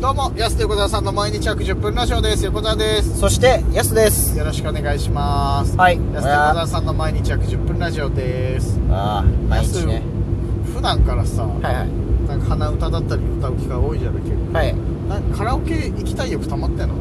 どうも、安手横澤さんの毎日約10分ラジオです。横澤です。そして、やすです。よろしくお願いします。はい安手横澤さんの毎日約10分ラジオです。ああ、毎日ね。安普段からさ、はいはい。なんか鼻歌だったり歌う機会多いじゃないけど、はい。なんかカラオケ行きたい欲溜まってんの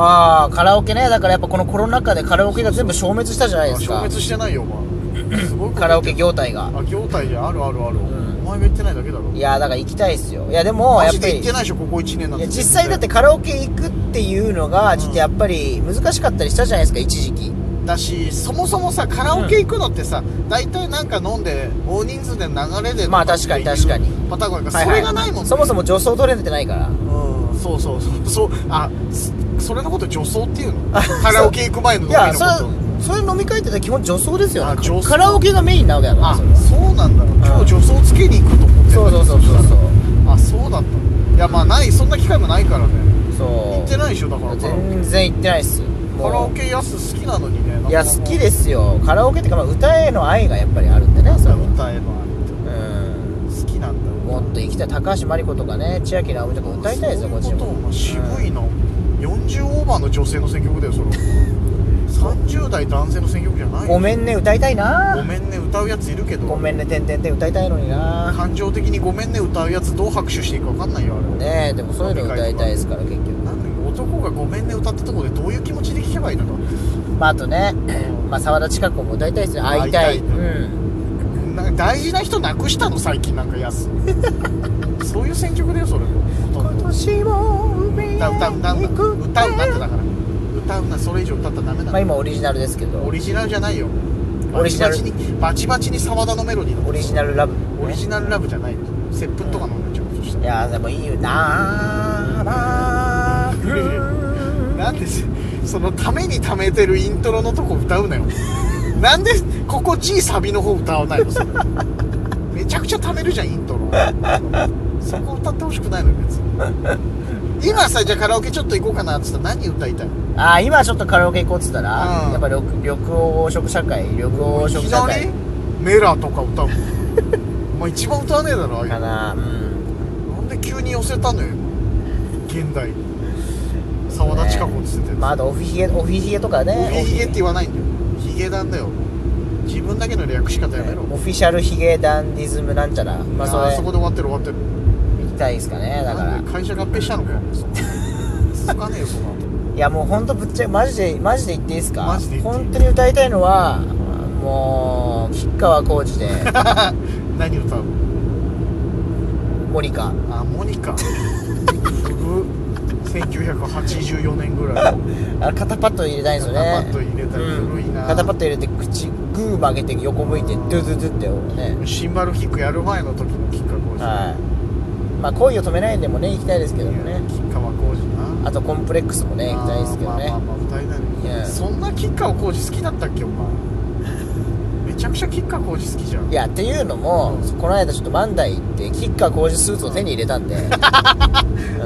ああ、カラオケね。だからやっぱこのコロナ禍でカラオケが全部消滅したじゃないです消か。滅してないよ、お 前。すごいことカラオケ業態が。あ、業態じゃんあるあるある。んお前が行ってないだけだろ。いやー、だから行きたいっすよ。いや、でも、マやっジぱでり、行ってないでしょ、ここ1年なんて。いや実際だって。カラオケ行くっていうのが、ちょっとやっぱり難しかったりしたじゃないですか、一時期。だしそもそもさカラオケ行くのってさ、大体なんか飲んで大人数で流れでまあ確かに確かにパターンがはいそはれいがないもんね、そもそも助走取れてないから。うんそうそうそうそうあそそれのこと女装っていう のカラオケ行く前の飲いみのや、こそとれ、そういう飲み会って基本女装ですよあね女。装カラオケがメインなわけだからあそれは。そうなんだ今日女装つけに行くと思ってそうそうそうそうそう。あそうだったいやまあないそんな機会もないからねそう。行ってないでしょだからカラオケ全然行ってないっすよカラもオケやす好きなのにねういや好きすですよカラオケってか、まあ、歌への愛がやっぱりあるんでねそれは歌えのあれってうん好きなんだよもっと行きたい高橋真理子とかね千秋直美とか歌いたいですよこっちそういうこともまあ渋いな、40オーバーの女性の選曲だよ それ30代男性の選曲じゃないごめんね歌いたいごなめんね歌うやついるけどごめんねてんてんてん歌いたいのにな感情的にごめんね歌うやつどう拍手していいか分かんないよあれねえでもそういうの歌いたいですから結局なんで男がごめんね歌ったところでどういう気持ちで聞けばいいのかまああとね まあ沢田千佳子も歌いたいですね会いた会いいたいうんなんか大事な人なくしたの最近なんかや すそういう選曲だよそれもほとんど年も海歌う歌う歌うな歌うなってだまから歌うなそれ以上歌ったらダメだあ今オリジナルですけどオオリリジナルじゃないよオリジナルバチバチにバチバチに沢田のメロディーだジナルラブオリジナルラブじゃないよ接吻とかのんちゃうそしたいらやーでもいいよなーらーなんでそのためにためてるイントロのとこ歌うなよ なんでここ G サビの方歌わないのそれめちゃくちゃためるじゃんイントロそこ歌ってほしくないのよ別に今さじゃあカラオケちょっと行こうかなっつったら何歌いたい あー今ちょっとカラオケ行こうっつったら、うんやっぱ緑緑黄色社会緑黄い色き社な会りメラとか歌うのお前一番歌わねえだろああいうかのなうんなんで急に寄せたのよ現代沢田千佳子っつってて、まああとオフィヒゲオフィヒゲとかねおひげって言わわないんだよヒゲダンだよ自分だけの略し方やめろ、オフィシャルヒゲダンディズムなんちゃらまあそあーれそこで行終わってる終わってるきたいですかねだからなんで会社合併したのかよそんな続かねえよその後いやもうほんとぶっちゃけマジでマジで言っていいですかマジで言っていい本当に歌いたいのはもう吉川 晃司で何歌うのモニカあモニカ古っ1984年ぐらいあれ肩パッド入れたいんですよね肩パッド入れたり古いなうん肩パッド入れて口グー曲げて横向いてドゥドゥドゥってねシンバルキックやる前の時の吉川晃司はいまあ恋を止めないでもね行きたいですけどもいやね吉川晃司なあとコンプレックスもね行きたいですけどねまあまあまあ歌いいたいやそんな吉川浩司好きだったっけお前 めちゃくちゃ吉川浩司好きじゃんいやっていうのもこの間ちょっと万代行って吉川晃司スーツを手に入れたんで、うん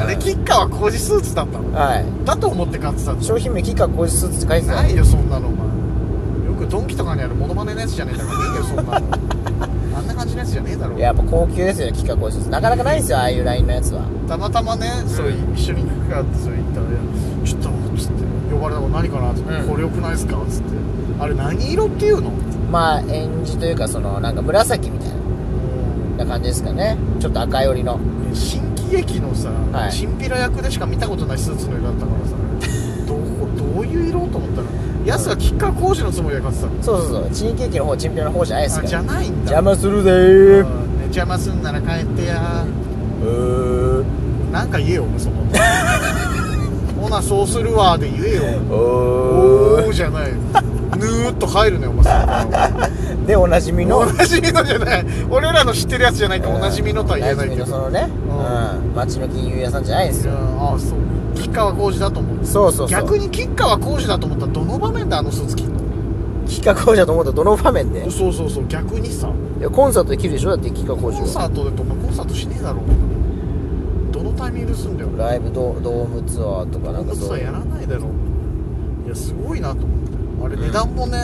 あれ吉川浩司スーツだったのはいだと思って買ってたん商品名吉川晃司スーツって書いてたなんいでよそんなのお前よくドンキとかにあるモノマネのやつじゃねえだろいいよそんなの あんな感じのやつじゃねえだろいややっぱ高級ですよね吉川晃司スーツなかなかないんですよああいうラインのやつはたまたまねそれう一緒に行くかってそれ言ったらいや「ちょっと」っつって呼ばれたから何かなって、うんこれよくないですかっつってあれ何色っていうのまあ演じというかそのなんか紫みたいな感じですかねちょっと赤寄りの新喜劇のさ、はいチンピラ役でしか見たことないスーツの色だったからさ どこどういう色と思ったらやつは吉川浩司のつもりで買ってたのそうそうそう地域駅の方チンピラの方じゃないですあかじゃらないんだ邪魔するぜうんーね邪魔すんなら帰ってやうーなんか言えよお前 そのほなそうするわで言えよおおーじゃないぬーっと入るねお前さーでおなじみのおなじみのじゃない俺らの知ってるやつじゃないからおなじみのとは言えないけおなじみのどそのねんうん町の金融屋さんじゃないですいやよああそう吉川浩司だと思ってそうそうそう逆に吉川浩司だと思ったらどの場面であのスーツ着んの企画工事だと思ったらどの場面でそうそうそう逆にさいやコンサートできるでしょだって企画工コ事ンサはートでとお前コンサートしねえだろどのタイミングですんだよライブドドームツアーとかなんかコンサそーうやらないだろいやすごいなと思ってあれ値段もね、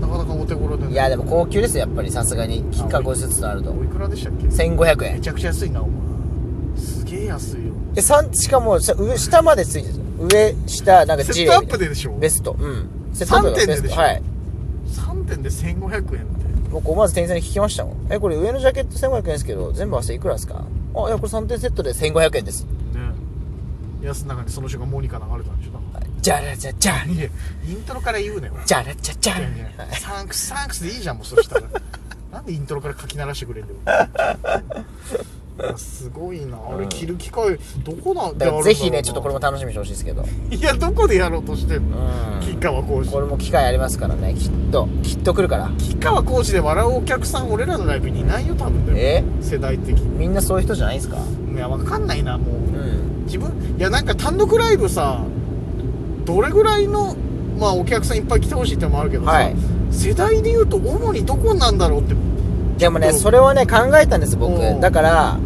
なかなかお手頃で、ね、いやでも高級ですよやっぱりさすがに企画工事ずつとなるとおいくらでしたっけ1500め円ちゃくちゃ安いなお前すげげえ安いよで三しかもさ上下までついてる上下なんかセジッレトアみッたプいなででしょベストうんセットアップが三点でベストでしょはい3点で1500円って僕思わず店員さんに聞きましたもんえこれ上のジャケット1500円ですけど全部合わせていくらですかあいやこれ3点セットで1500円ですね安の中にその瞬間モニカ流れたんでしょだかじゃらじゃじゃらいやイントロから言うねよじゃらじゃじゃいやいやサンクスサンクスでいいじゃんもうそしたら なんでイントロから書き鳴らしてくれんだよすごいなあれ着る機会どこなんであだかるんだろうらなぜひねちょっとこれも楽しみにしてほしいですけどいやどこでやろうとしてんうの吉ん川浩こ司れも機会ありますからねきっときっと来るから吉川浩司で笑うお客さん俺らのライブにいないよ多分だよえ世代的にみんなそういう人じゃないですかいやわかんないなもううん自分いやなんか単独ライブさどれぐらいのまあお客さんいっぱい来てほしいってのもあるけどさ、はい世代でいうと主にどこなんだろうってでもねちょっとそれはね考えたんです僕うんだから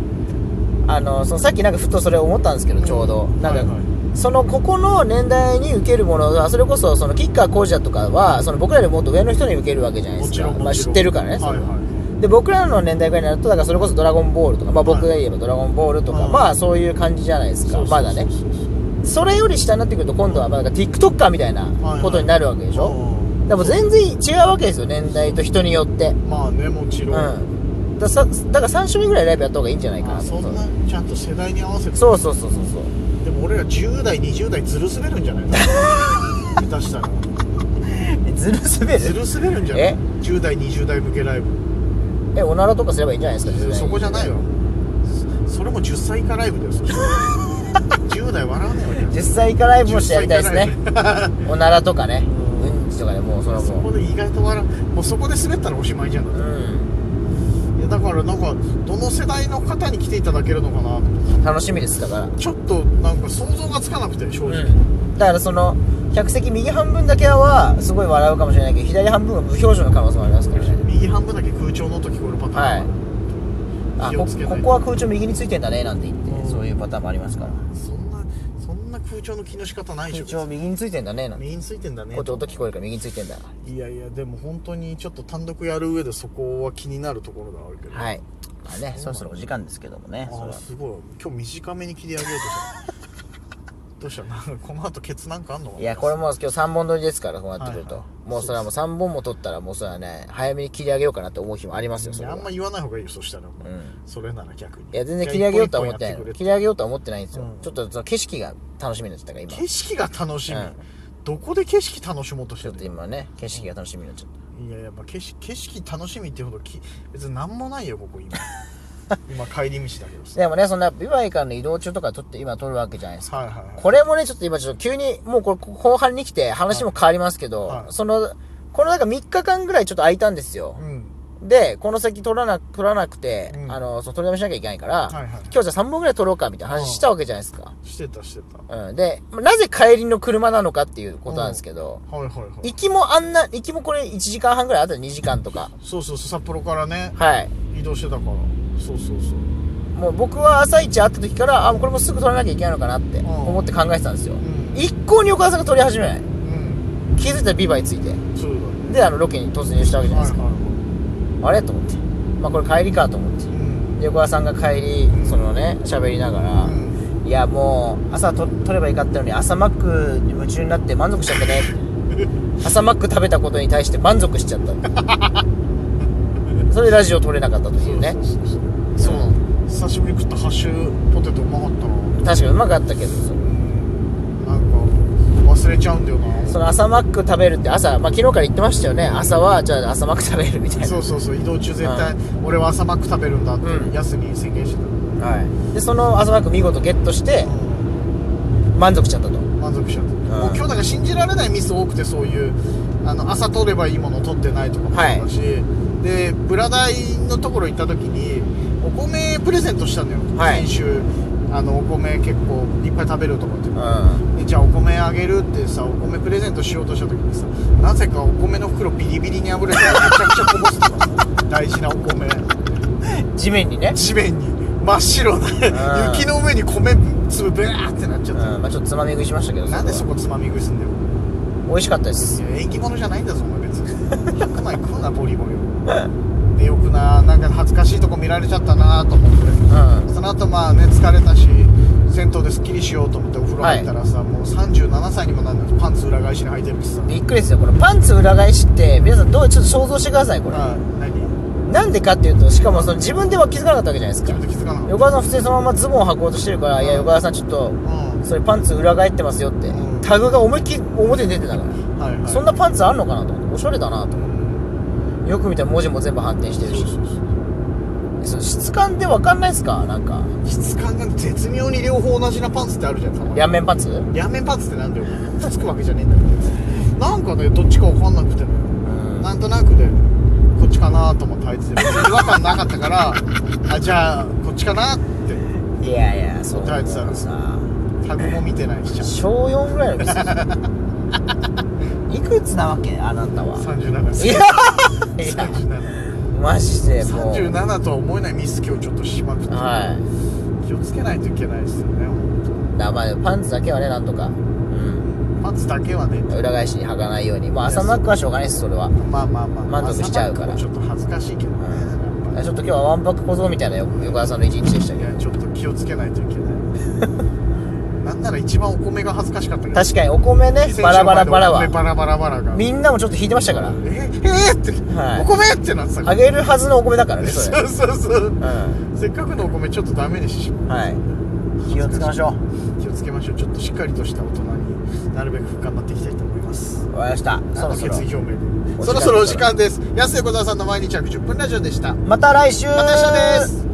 あのそのさっきなんかふとそれ思ったんですけどちょうどなんか、はいはいそのここの年代に受けるものはそれこそそのキッカー工事だとかはその僕らよりもっと上の人に受けるわけじゃないでもすちかろんもちろん、まあ、知ってるからね、はいはいで僕らの年代ぐらいになるとだからそれこそ「ドラゴンボール」とか、まあ、僕が言えば「ドラゴンボール」とか、うんまあそういう感じじゃないですかまだねそうそうそうそれより下になってくると今度はまあなんか TikToker みたいなことになるわけでしょ、うんでも全然違うわけですよ年代と人によってまあねもちうろんん、ださだから3種類ぐらいライブやった方がいいんじゃないあかなそんなちゃんと世代に合わせてそうそうそうそうそうでも俺ら10代20代ずる滑るんじゃ ないの下手したらえずるすべずるる滑るんじゃないえ10代20代向けライブえおならとかすればいいんじゃないですか全然そこじゃないわそそれも10歳以下ライブだよそ したら10代笑わないわけ実際イカライブもしてやりたいですね10歳以下ライブおならとかねううんちとかでもうそのそもこうで意外と笑うもうそこで滑ったらおしまいじゃんうんいやだからなんかどの世代の方に来ていただけるのかな楽しみですだからちょっとなんか想像がつかなくて正直、うんだからその客席右半分だけはすごい笑うかもしれないけど左半分は無表情の可能性もありますからね右半分だけ空調の音聞こえるパタはーいン、あ気こをつけないとここは空調右についてんだねなんて言ってうんそういうパターンもありますからそんなそんな空調の気の仕方ないでし空ょ調右についてんだねなんて右についてんだねこっち音聞こえるから右についてんだいやいやでも本当にちょっと単独やる上でそこは気になるところではあるけどはいまあねそろそろお時間ですけどもねそあれあはすごい今日短めに切り上げようとしたどうしたなんかこの後ケツなんかあんのかないやこれもう今日3本撮りですからこうなってくると、はいはいもうそれはもう3本も撮ったらもうそれはね早めに切り上げようかなって思う日もありますよいそれやはあんま言わない方がいいよそしたら、んそれなら逆にいや全然切り上げようとは思ってないじゃあ一本の一切本り上げようとは思ってないんですよ、うんちょっとその景色が楽しみですだから今やってくれ景色が楽しみ、うんどこで景色楽しもうとしちょてっんのと今ね景色が楽しみになっちゃったいややっぱ景色景色楽しみっていうほどき別に何もないよここ 今今帰り道だけどさでもねそんなビバイからの移動中とか撮って今撮るわけじゃないですかはいはいはいこれもねちょっと今ちょっと急にもうこれ後半に来て話も変わりますけど、はいはいそのこのなんか3日間ぐらいちょっと空いたんですよ、うんで、この先取らな、取らなくて、うんあの、その取りだめしなきゃいけないから、はいはい今日じゃあ3本ぐらい取ろうかみたいな話したわけじゃないですか。してたしてたうん。で、まあなぜ帰りの車なのかっていうことなんですけど、はいはいはい行きもあんな、行きもこれ1時間半ぐらいあと2時間とか。そうそうそう札幌からねはい。移動してたからそうそうそうもう僕は朝一会った時から、あ、もうこれもすぐ取らなきゃいけないのかなってん思って考えてたんですよ。ん一向に岡田さんが取り始めない。うん気づいたらビバイついて。そうだねで、あの、ロケに突入したわけじゃなはいいですはいか。はあれと思って。まあこれ帰りかと思ってい。うん横田さんが帰り、そのね、喋りながら、いやもう朝と取ればよかったのに朝マックに夢中になって満足しちゃったね 朝マック食べたことに対して満足しちゃったそれでラジオ取れなかったというねそうそうそうそうそう久しぶりに食ったハッシュポテトうまかったな確かにうまかったけどそうんなんか忘れちゃうんだよなその朝マック食べるって朝、まあ、昨日から言ってましたよね朝はじゃあ朝マック食べるみたいなそうそうそう移動中絶対俺は朝マック食べるんだっうんてやすに宣言してたはい、でその朝マック見事ゲットして満足しちゃったと満足しちゃったもう今日なんか信じられないミス多くてそういうあの朝取ればいいもの取ってないとかもそうだし、でブラダイのところ行った時にお米プレゼントしたんだよ、はい先週あのお米結構いっぱい食べるとかってうでじゃあお米あげるってさお米プレゼントしようとした時にさなぜかお米の袋ビリビリに破れてめちゃくちゃこぼすとかさ 大事なお米ん地面にね、地面に真っ白なうん雪の上に米粒ブワーってなっちゃうっんた、まあ、ちょっとつまみ食いしましたけどなんでそここつまみ食いすんだよは美味しかったですいや縁起物じゃないんだぞお前別に白米食うなボリボリをでよくななんか恥ずかしいとこ見られちゃったなと思ってうんその後まあね疲れたし銭湯ですっきりしようと思ってお風呂入ったらさ、もう37歳にもなんだパンツ裏返しに履いてるしさ、びっくりですよこれパンツ裏返しって皆さんどうちょっと想像してくださいこれあ何なんでかっていうとしかもその自分では気づかなかったわけじゃないです自か分で気づかなかっ横川さん普通にそのままズボンを履こうとしてるから、いやうん横川さんちょっとたうんそれパンツ裏返ってますよって、うんタグが思いっきり表に出てたから、はいはいそんなパンツあんのかなと思っておしゃれだなとよく見たら文字も全部反転してるしそうそうそうその質感でわかんないですかなんか質感が絶妙に両方同じなパンツってあるじゃんたまに両面パンツ、うやめパンツってなんだよくっつくわけじゃねえんだけどなんかねどっちか分かんなくてねん、なんとなくでこっちかなと思ってあいつで別に違和感なかったからあじゃあこっちかなっていやいやそう答えてたのさタグも見てないしちゃん小4ぐらいの時 さいくつなわけあなたは37い歳やいや37 マジでもう37とは思えないミス今日ちょっとしまくって、はい気をつけないといけないですよねだまあパンツだけはねなんとか、うん、パンツだけはね裏返しに履かないようにまあ朝マックはしょうがないですそれはまあまあまあ満足しちゃうから朝マックもちょっと恥ずかしいけどねうんやっちょっと今日はわんぱく小僧みたいな横川さんの一日でしたぱけいどやちょっと気をつけないといけないなんなら一番お米が恥ずかしかったけど確かにお米ね先週バまでラバラバラお米はバラバラバラがみんなもちょっと引いてましたからええーって、はいお米ってなってたかあげるはずのお米だかららねそそ れうそうそううんせっかくのお米ちょっとダメにしてしまはい気をつけましょう気をつけましょうちょっとしっかりとした大人になるべく頑張っていきたいと思いますうわかりましたそろそろあの決意表明おで時間そろそろお時間です安江小沢さんの毎日約10分ラジオでしたままた来週た明日です